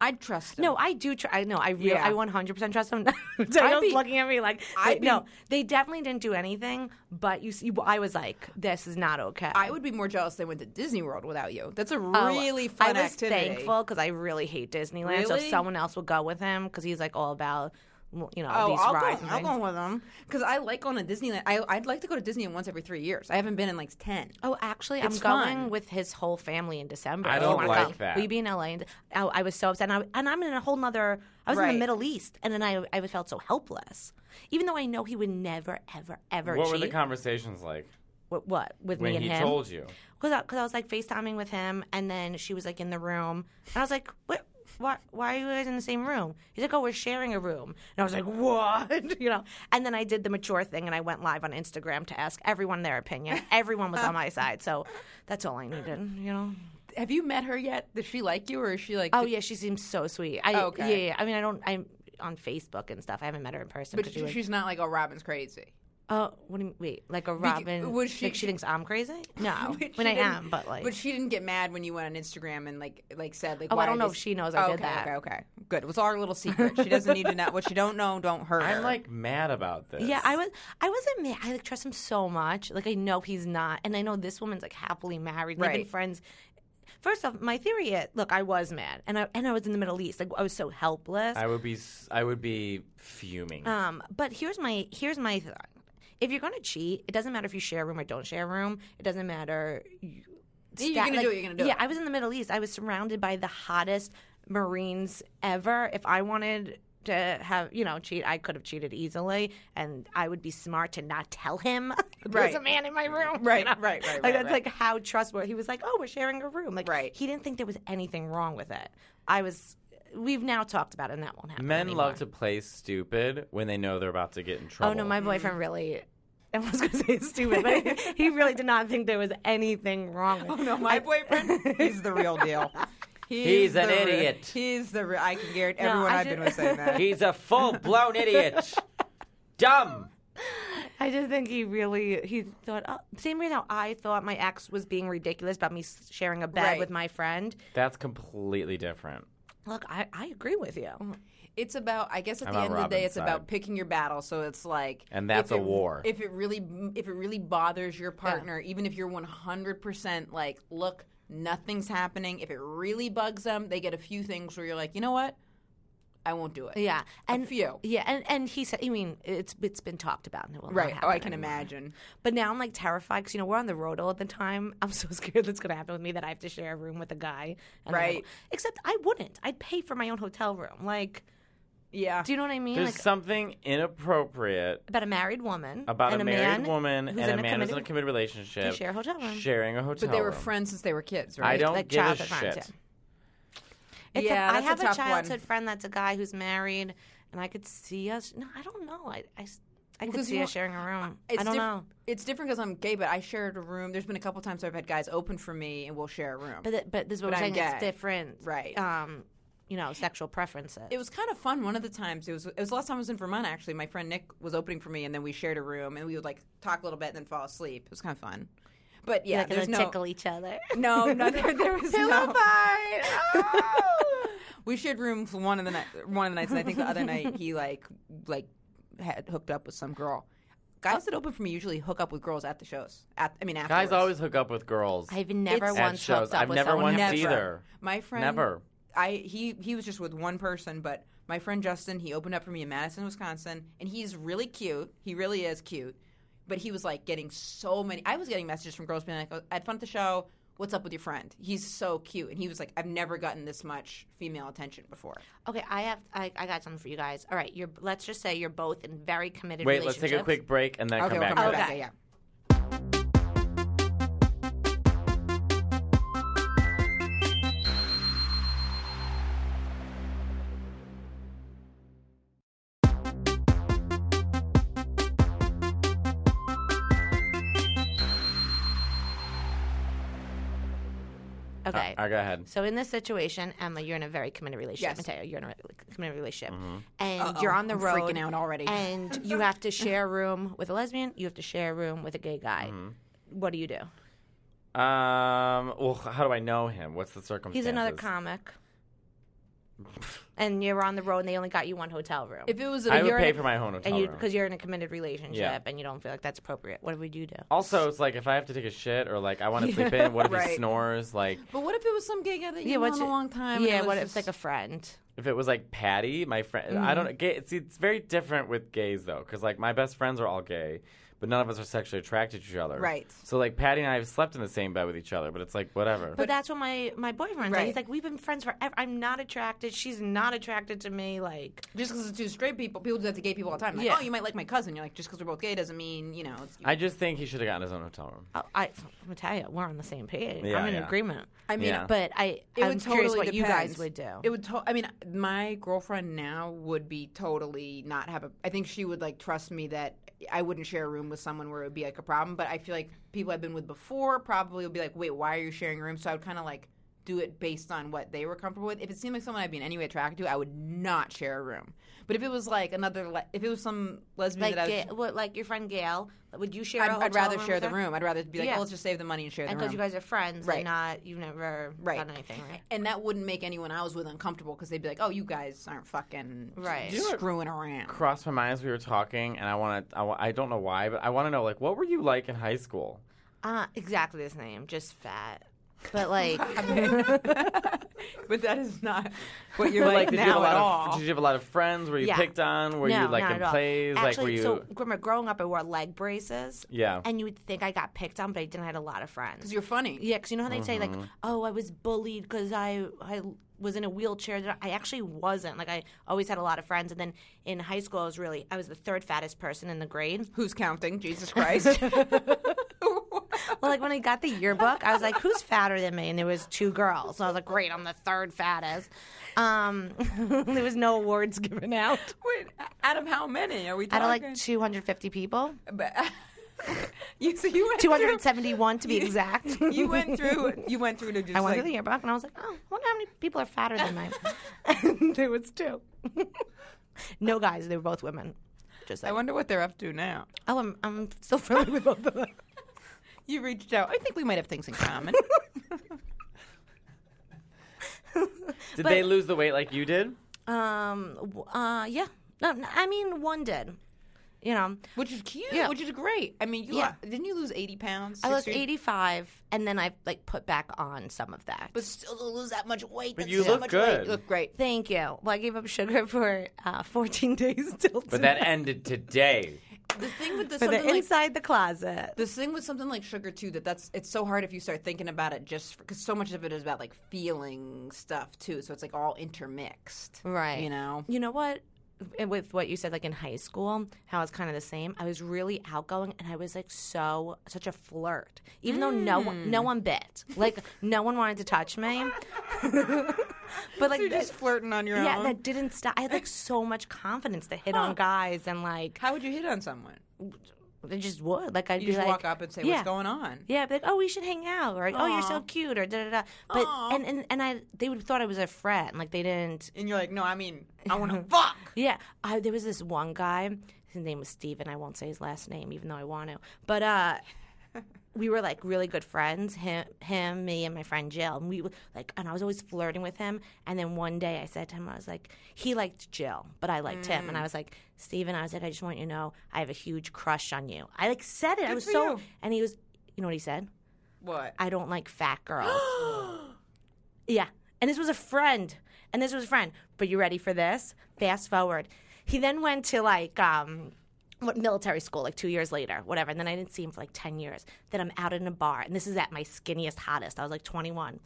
I'd trust him.
No, I do. Tr- I know. I really.
Yeah.
I 100% trust them. Daniel's
be-
looking at me like,
I'd
they-
be-
no, they definitely didn't do anything. But you see, I was like, this is not okay.
I would be more jealous they went to Disney World without you. That's a
Oh,
really fun
I was
activity.
thankful because I really hate Disneyland. So if
Really?
someone else would go with him because he's like all about, you know,
Oh,
these
I'll
rides.
go,
and
I'll
things.
go with them because I like going to Disneyland. I, I'd like to go to Disneyland once every three years. I haven't been in like ten.
Oh, actually,
It's
I'm going
fun.
with his whole family in December.
I
if you
don't
wanna
like
go.
that.
Will you be in LA? And, oh, I was so upset, and, I, and I'm in a whole nother. I was in
Right.
the Middle East, and then I I felt so helpless, even though I know he would never, ever, ever
What
cheat.
were the conversations like
Wh- what with me
when
and
he
him?
told you?
Because I, 'cause I was like FaceTiming with him, and then she was like in the room, and I was like, what? Why, why are you guys in the same room? He's like, oh, we're sharing a room. And I was like, what? You know? And then I did the mature thing and I went live on Instagram to ask everyone their opinion. Everyone was on my side. So that's all I needed, you know?
Have you met her yet? Does she like you, or is she like?
Oh, yeah, she seems so sweet. I,
Okay.
yeah, yeah. I mean, I don't, I'm on Facebook and stuff. I haven't met her in person.
but
'cause
she,
was-
she's not like oh Robin's crazy.
oh, what do you mean? Wait, like a Robin?
was she-
like she thinks I'm crazy? No.
But
when
she
I
didn't-
am, but like.
But she didn't get mad when you went on Instagram and like like said like.
Oh, I
why
don't
did
know
you-
if she knows I did
okay,
that.
Okay, okay, good. It was our little secret. She doesn't need to know what she don't know. Don't hurt. her.
I'm like mad about this.
Yeah, I was. I wasn't. ma- I like trust him so much. Like I know he's not, and I know this woman's like happily married. They've been
Right.
friends. First off, my theory is: look, I was mad, and I and I was in the Middle East. Like I was so helpless.
I would be. s- I would be fuming.
Um, but here's my here's my thought. If you're gonna cheat, it doesn't matter if you share a room or don't share a room. It doesn't matter. You,
You're
sta-
gonna
like-
do it, you're gonna do
Yeah,
it.
I was in the Middle East. I was surrounded by the hottest Marines ever. If I wanted to have you know cheat, I could have cheated easily, and I would be smart to not tell him there's a
Right.
man in my room.
Right,
you know?
right, right, right,
Like, that's
right.
like how trustworthy he was. Like, oh, we're sharing a room. Like
Right.
he didn't think there was anything wrong with it. I was. We've now talked about it, and that won't happen.
Men
anymore.
love to play stupid when they know they're about to get in trouble.
Oh no, my boyfriend really. I was gonna say it's stupid, but he really did not think there was anything wrong. With
Oh no, my boyfriend, he's the real deal. He's,
He's an
the re-
idiot.
He's the. Re- I can guarantee everyone
I
I've been
did-
with saying that.
He's a full blown idiot. Dumb.
I just think he really he thought oh, same reason how I thought my ex was being ridiculous about me s- sharing a bed
Right.
with my friend.
That's completely different.
Look, I, I agree with you.
It's about. I guess at
I'm
the
on
end of the day,
Robin's
it's about
side.
picking your battle. So it's like,
And that's
if
a
it-
war.
If it really, if it really bothers your partner, even if you're 100 percent like, look, nothing's happening. If it really bugs them, they get a few things where you're like, you know what, I won't do it.
Yeah, and
few.
Yeah, and, and he said. I mean, it's it's been talked about, and it will not
Right. Oh, I can
happen anymore.
imagine.
But now I'm like terrified because you know we're on the road all the time. I'm so scared that's gonna happen with me that I have to share a room with a guy. And I-
Right.
except I wouldn't. I'd pay for my own hotel room. Like,
Yeah.
do you know what I mean?
There's
like
something inappropriate
about a married woman.
about
and
a married
man
woman
who's
and a
in a
man who's in a
committed-
committed relationship
They share a hotel room.
sharing a hotel
but they were
room.
friends since they were kids, right?
I don't
Like
give a
childhood friends,
shit.
yeah. It's a-
Yeah,
I
that's a
have a,
tough one.
childhood friend that's a guy who's married, and I could see us. No, I don't know. I, I, s- I could
'cause you
see
won't-
us sharing a room.
It's
I don't
diff-
know.
It's different because I'm gay, but I shared a room. There's been a couple times I've had guys open for me, and we'll share a room.
But, th- but this is what
But
I'm
I'm
saying. It's
gay.
different,
Right.
Um, you know, sexual preferences.
it was kind of fun. One of the times it was it was the last time I was in Vermont. Actually, my friend Nick was opening for me, and then we shared a room, and we would like talk a little bit and then fall asleep. It was kind of fun. But yeah,
like
there's
to
no
tickle each other.
no no there, there was
Pillow
no fight.
Oh.
we shared rooms one of the night one of the nights, and I think the other night he like like had hooked up with some girl. Guys that open for me usually hook up with girls at the shows. At I mean, afterwards.
Guys always hook up with girls
I've never
It's-
at
once
shows.
hooked up
I've
with
never
someone.
once
who-
Never.
either.
My friend
Never.
I he he was just with one person, but my friend Justin, he opened up for me in Madison, Wisconsin, and he's really cute. He really is cute. But he was like getting so many I was getting messages from girls being like, "Oh, I had fun at the show. What's up with your friend? He's so cute. And he was like, I've never gotten this much female attention before.
Okay, I have. I, I got something for you guys. All right, you're. Let's just say you're both in very committed.
Wait, let's take a
relationships.
quick break and then come
we'll
back. to
come
to
this.
back.
that. Yeah, yeah.
Okay.
All right, go ahead.
So in this situation, Emma, you're in a very committed relationship.
Yes.
Mateo, you're in a re- committed relationship, and you're on the
I'm
road,
freaking out already.
and you have to share a room with a lesbian. You have to share a room with a gay guy. What do you do?
Um, well, how do I know him? What's the circumstance?
He's another comic. and you're on the road and they only got you one hotel room.
If it was
I
a
would
year,
pay
and
for my own hotel
and you
room.
because you're in a committed relationship and you don't feel like that's appropriate. What would you do?
Also, it's like if I have to take a shit or like I want to sleep in. What if he
Right.
snores? Like
but what if it was some gay guy that
Yeah,
you've
what's
known a
it-
long time?
yeah,
and
what
it
if
was
it's like a friend?
if it was like Patty, my friend.
Mm-hmm.
I don't gay. It's it's very different with gays though, because like my best friends are all gay, but none of us are sexually attracted to each other.
Right.
So like Patty and I have slept in the same bed with each other, but it's like whatever.
But, that's what my my boyfriend's like.
Right.
He's like, we've been friends forever. I'm not attracted. She's not attracted to me. Like,
just because it's two straight people, people do that to gay people all the time. Like,
Yeah.
oh, you might like my cousin. You're like, just because we're both gay doesn't mean you know. It's,
I just think he should have gotten his own hotel room.
I, I, I'm tell you, we're on the same page.
Yeah,
I'm in
yeah.
agreement.
I mean,
Yeah.
But I,
It
I'm
would
curious
totally
what you guys
depend.
would do.
It would. To- I mean, my girlfriend now would be totally not have a. I think she would like trust me that I wouldn't share a room with someone where it would be like a problem. But I feel like people I've been with before probably would be like, "Wait, why are you sharing a room?" So I would kind of like do it based on what they were comfortable with. If it seemed like someone I'd be in any way attracted to, I would not share a room. But if it was like another, le- if it was some lesbian
like,
that I was.
Ga- what, like your friend Gail, would you share?
I'd,
a
I'd
hotel
rather
room
share
with
the
her?
room. I'd rather be like,
Yeah.
well, let's just save the money and share the
and
room.
because you guys are friends,
Right.
and not you've never
Right.
done anything, right?
and that wouldn't make anyone I was with uncomfortable because they'd be like, "Oh, you guys aren't fucking
Right.
You know what-
screwing around."
Crossed my mind as we were talking, and I want to. I, wa- I don't know why, but I want to know like what were you like in high school?
Uh, exactly the same, just fat. But like,
but that is not what you're
But,
like,
did you have a
now
lot
at
of-
all.
did you have a lot of friends? Were you
Yeah.
picked on? Were
no,
you like
not
in
at all.
plays?
Actually,
like were you?
so remember growing up, I wore leg braces.
yeah.
And you would think I got picked on, but I didn't. I had a lot of friends.
Because you're funny.
Yeah, because you know how they say
Mm-hmm.
like, "Oh, I was bullied because I I was in a wheelchair." I actually wasn't. Like, I always had a lot of friends, and then in high school, I was really I was the third fattest person in the grade.
Who's counting? Jesus Christ.
Well, like when I got the yearbook, I was like, "Who's fatter than me?" And there was two girls, so I was like, "Great, I'm the third fattest." Um, there was no awards given out
Wait, out of how many are we
out
talking?
of like 250 people,
But- you, so you went
271 to be exact.
Through, you went through. You went through to just
I went
like,
through the yearbook and I was like, oh, I wonder how many people are fatter than mine. and there was two. no guys, they were both women. Just
I
like,
wonder what they're up to now.
oh, I'm, I'm still friendly with both of them.
You reached out. I think we might have things in common.
Did they lose the weight like you did?
Um, w- uh, yeah. No, no, I mean, one did. You know,
which is cute.
Yeah.
Which is great. I mean, you
Yeah.
lo- didn't you lose eighty pounds?
I lost
60?
85 and then I like put back on some of that.
but still to lose that much weight.
But
that's
you
so
look
much
good.
Weight. You look great.
Thank you. Well, I gave up sugar for uh, 14 days till
But that ended today.
The thing with the,
But
something
they're
like
inside the closet.
the thing with something like sugar too that that's it's so hard if you start thinking about it just because so much of it is about like feeling stuff too. So it's like all intermixed,
Right.
You know.
You know what? And With what you said, like in high school, how it's kind of the same. I was really outgoing, and I was like so such a flirt. Even though no one,
Hmm.
no one bit, like no one wanted to touch me. but like, that,
flirting on your
yeah, that didn't stop. I had like so much confidence to hit on guys, and like
How would you hit on someone?
I just would. Like I'd
You
be
just
like,
walk up and say,
yeah.
"What's going on?"
Yeah, I'd be like, oh, we should hang out, or like, oh, you're so cute, or da da da. But
Aw.
and, and and I they would thought I was a frat, and like they didn't
And you're like, "No, I mean, I want to fuck."
Yeah, I, there was this one guy. His name was Steven. I won't say his last name, even though I want to. But uh, we were like really good friends. Him, him, me, and my friend Jill. And we were, like, and I was always flirting with him. And then one day, I said to him, I was like, he liked Jill, but I liked him. And
Mm.
I was like, Steven, I was like, I just want you to know, I have a huge crush on you. I like said it. I was
for
so,
you.
and he was, you know what he said?
What?
I don't like fat girls. yeah. And this was a friend. And this was a friend. But you ready for this? Fast forward. He then went to like um what military school like two years later, whatever. And then I didn't see him for like ten years. Then I'm out in a bar, and this is at my skinniest, hottest. I was like twenty one.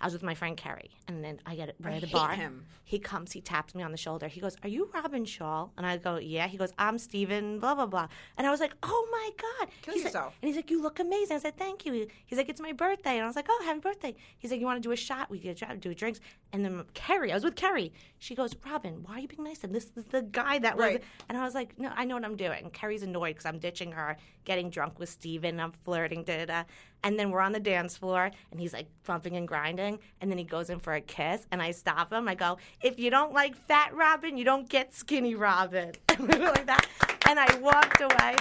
I was with my friend Carrie, and then I get we're at a
hate
bar.
him.
He comes, he taps me on the shoulder. He goes, "Are you Robin Shaw?" And I go, "Yeah." He goes, "I'm Steven, blah blah blah." And I was like, "Oh my god!"
Kill
He's like-
yourself.
and he's like, "You look amazing." I said, "Thank you." He's like, "It's my birthday," and I was like, "Oh, happy birthday!" He's like, "You want to do a shot? We could dr- do drinks." And then Carrie, I was with Carrie. She goes, "Robin, why are you being nice to him? This is the guy that
Right.
was." And I was like, "No, I know what I'm doing." And Carrie's annoyed because I'm ditching her, getting drunk with Steven, I'm flirting, da da da. And then we're on the dance floor, and he's like bumping and grinding, and then he goes in for a kiss, and I stop him. I go, "If you don't like fat Robin, you don't get skinny Robin," like that. And I walked away.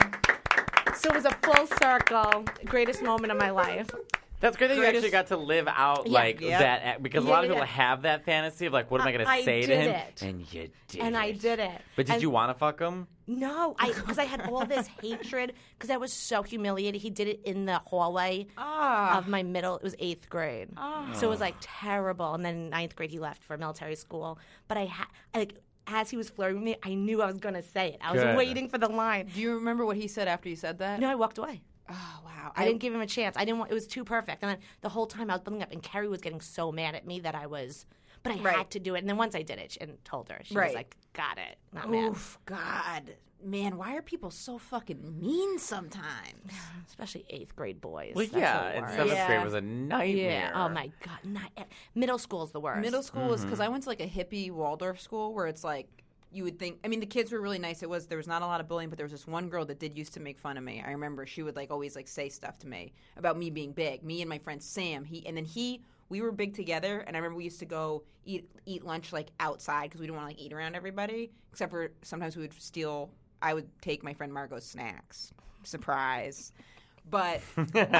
So it was a full circle, greatest moment of my life.
That's great that you actually
Greatest-
got to live out like
Yep.
that because a
Yeah,
lot of
yeah,
people
yeah.
have that fantasy of like, what am I going to
I- I
say to
did
him?
it.
And you did.
and I
it.
did it.
But did
And-
you want to fuck him?
No, I because I had all this hatred because I was so humiliated. He did it in the hallway
Ah.
of my middle. It was eighth grade, so it was like terrible. And then in ninth grade, he left for military school. But I had like as he was flirting with me, I knew I was gonna say it. I was
Good.
waiting for the line.
Do you remember what he said after you said that?
No, I walked away.
Oh wow.
I didn't give him a chance. I didn't want. It was too perfect. And then the whole time I was building up, and Carrie was getting so mad at me that I was. But I had to do it. And then once I did it sh- and told her, she was
Right.
like, "Got it, not mad."
Oof, God. Man, why are people so fucking mean sometimes?
Especially eighth grade boys.
Well,
That's the
yeah. And
worst.
seventh
Yeah.
grade was a nightmare.
Yeah. Oh my god. Not, middle school's the worst.
Middle school was because I went to like a hippie Waldorf school where it's like you would think. I mean, the kids were really nice. It was there was not a lot of bullying, but there was this one girl that did used to make fun of me. I remember she would like always like say stuff to me about me being big. Me and my friend Sam. He and then he. We were big together, and I remember we used to go eat eat lunch like outside because we didn't want to like eat around everybody. Except for sometimes we would steal. I would take my friend Margot's snacks. Surprise. But and,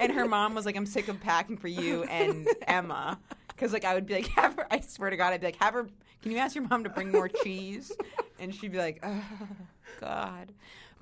and her mom was like, "I'm sick of packing for you and Emma," because like I would be like, "Have her." I swear to God, I'd be like, "Have her." Can you ask your mom to bring more cheese? And she'd be like, oh, "God,"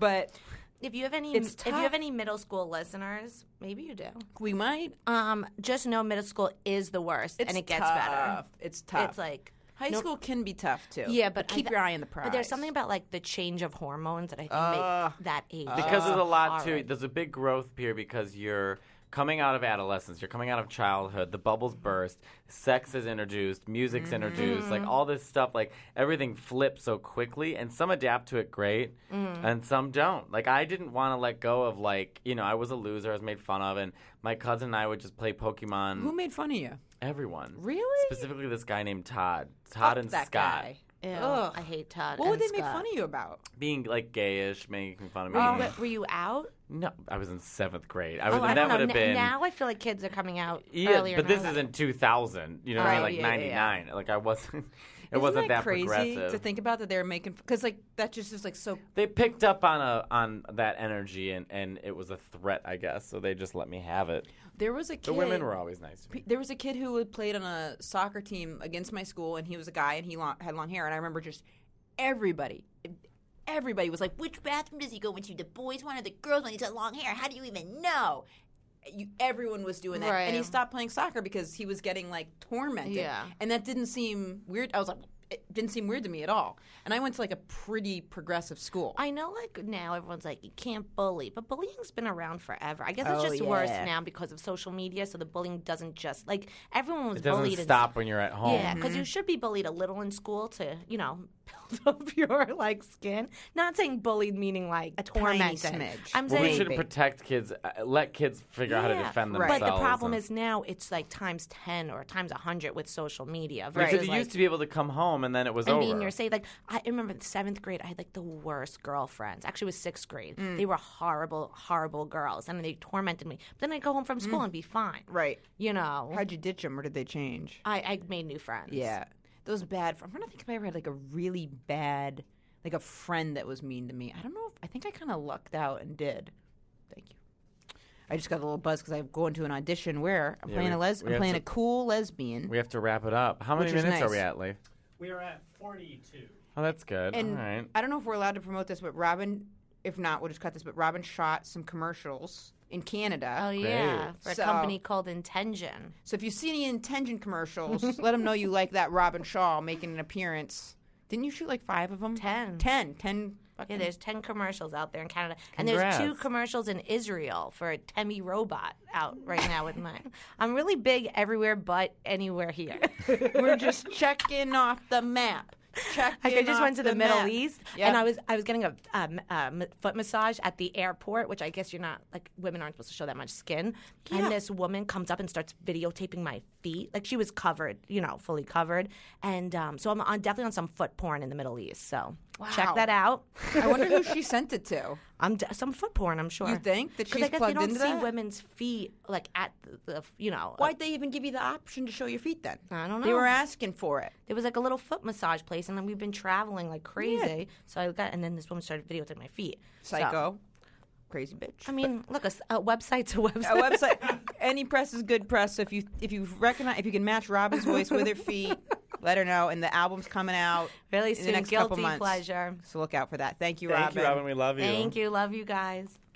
but
If you have any,
It's
if you
tough.
have any middle school listeners, maybe you do.
we might.
Um, just know middle school is the worst, and it gets better.
tough. It's tough.
It's like.
high
no-
school can be tough too.
Yeah, but I
keep
th-
your eye on the prize.
But there's something about like the change of hormones that I think
Ugh.
make that age
because there's a lot too.
Oh, horrid.
There's a big growth period because you're coming out of adolescence, you're coming out of childhood, the bubbles burst, sex is introduced, music's introduced,
Mm.
like all this stuff, like everything flips so quickly, and some adapt to it great,
Mm.
and some don't. Like I didn't want to let go of like you know I was a loser, I was made fun of, and my cousin and I would just play Pokemon.
Who made fun of you?
Everyone
Really?
specifically this guy named Todd, Todd
Fuck
and
that
Scott
guy.
Ew,
Ugh.
I hate Todd.
What would
and
they make
Scott. Um,
fun of you about?
being like gayish, making fun of me.
Were you, were you out?
No, I was in seventh grade. I was
Oh, I
that
don't know.
would have been
N- Now I feel like kids are coming out
Yeah,
earlier.
but
now.
this is in 2000. You know, what I mean?
Right,
like
yeah, yeah,
99. Like I wasn't. It wasn't
Isn't that,
that
crazy
progressive.
to think about that they were making because like that just is like so
they picked up on a on that energy, and and it was a threat, I guess. So they just let me have it.
There was a kid.
The women were always nice to me.
P- There was a kid who had played on a soccer team against my school, and he was a guy, and he long, had long hair. And I remember just everybody, everybody was like, "Which bathroom does he go into? The boys one or the girls one? He's got long hair. How do you even know?" You, everyone was doing that, and he
Right.
stopped playing soccer because he was getting like tormented.
Yeah.
and that didn't seem weird. I was like. It didn't seem weird to me at all, and I went to like a pretty progressive school.
I know, like now everyone's like you can't bully, but bullying's been around forever. I guess it's
Oh,
just worse
yeah.
now because of social media. So the bullying doesn't just like everyone was
It doesn't
bullied. in-
stop when you're at home.
Yeah, because
Mm-hmm.
you should be bullied a little in school to you know build up your like skin. Not saying bullied meaning like a
tiny
tormented.
smidge.
I'm
Well,
saying
we should protect kids. Uh, let kids figure out how to
Yeah,
defend
But
themselves.
the problem
and-
is now it's like times ten or times hundred with social media
because
versus
you
like,
used to be able to come home and then it was
and
over.
being your safe. Like I remember in seventh grade, I had like the worst girlfriends. Actually, it was sixth grade.
Mm.
They were horrible, horrible girls, and they tormented me. But then I would go home from school and be fine.
Mm. right?
You know,
How'd you ditch him, or did they change?
I, I made new friends.
Yeah. Those bad fr- I'm trying to think if I ever had like a really bad like a friend that was mean to me. I don't know if I think I kinda lucked out and did. Thank you. I just got a little buzz because I'm going to an audition where I'm
Yeah,
playing
we-
a les
we
I'm
have
playing
to-
a cool lesbian.
we have to wrap it up. How many
Which is
minutes are
nice.
we at, Leif?
We are at 42.
Oh, that's good.
And
All right.
I don't know if we're allowed to promote this, but Robin if not, we'll just cut this, but Robin shot some commercials in Canada.
Oh yeah, for a
So-
company called Intention.
So if you see any intention commercials, let them know you like that Robin Shaw making an appearance. Didn't you shoot like five of them?
Ten.
Ten. Ten.
Yeah,
fucking-
there's ten commercials out there in Canada, and there's two
Congrats.
commercials in Israel for a Temi robot out right now with mine. I'm really big everywhere, but anywhere here.
We're just checking off the map. Checking
Like I just
off
went to the, Middle
map.
East,
Yep.
and I was I was getting a, um, um, foot massage at the airport, which I guess you're not like women aren't supposed to show that much skin. And this woman comes up and starts videotaping my feet, like she was covered, you know, fully covered. And um, so I'm on, definitely on some foot porn in the Middle East. So
Wow.
check that out.
I wonder who she sent it to.
I'm de- some foot porn, I'm sure.
You think that
Because
she's
I guess they
plugged
don't
into
see
that?
women's feet like at the, the you know.
Why'd they even give you the option to show your feet then?
I don't
They
know.
were asking for it.
There was like a little foot massage place, and then we've been traveling like crazy. So I got, and then this woman started videotaping my feet. So-
Psycho. crazy bitch.
I mean, look, a, s- a website's a website.
a website. Any press is good press. So if you if you recognize if you can match Robin's voice with her feet, let her know. And the album's coming out
really
in
soon.
the next
Guilty
couple months.
pleasure.
So look out for that. Thank you,
Thank you, Robin. We love you.
Thank you. Love you guys.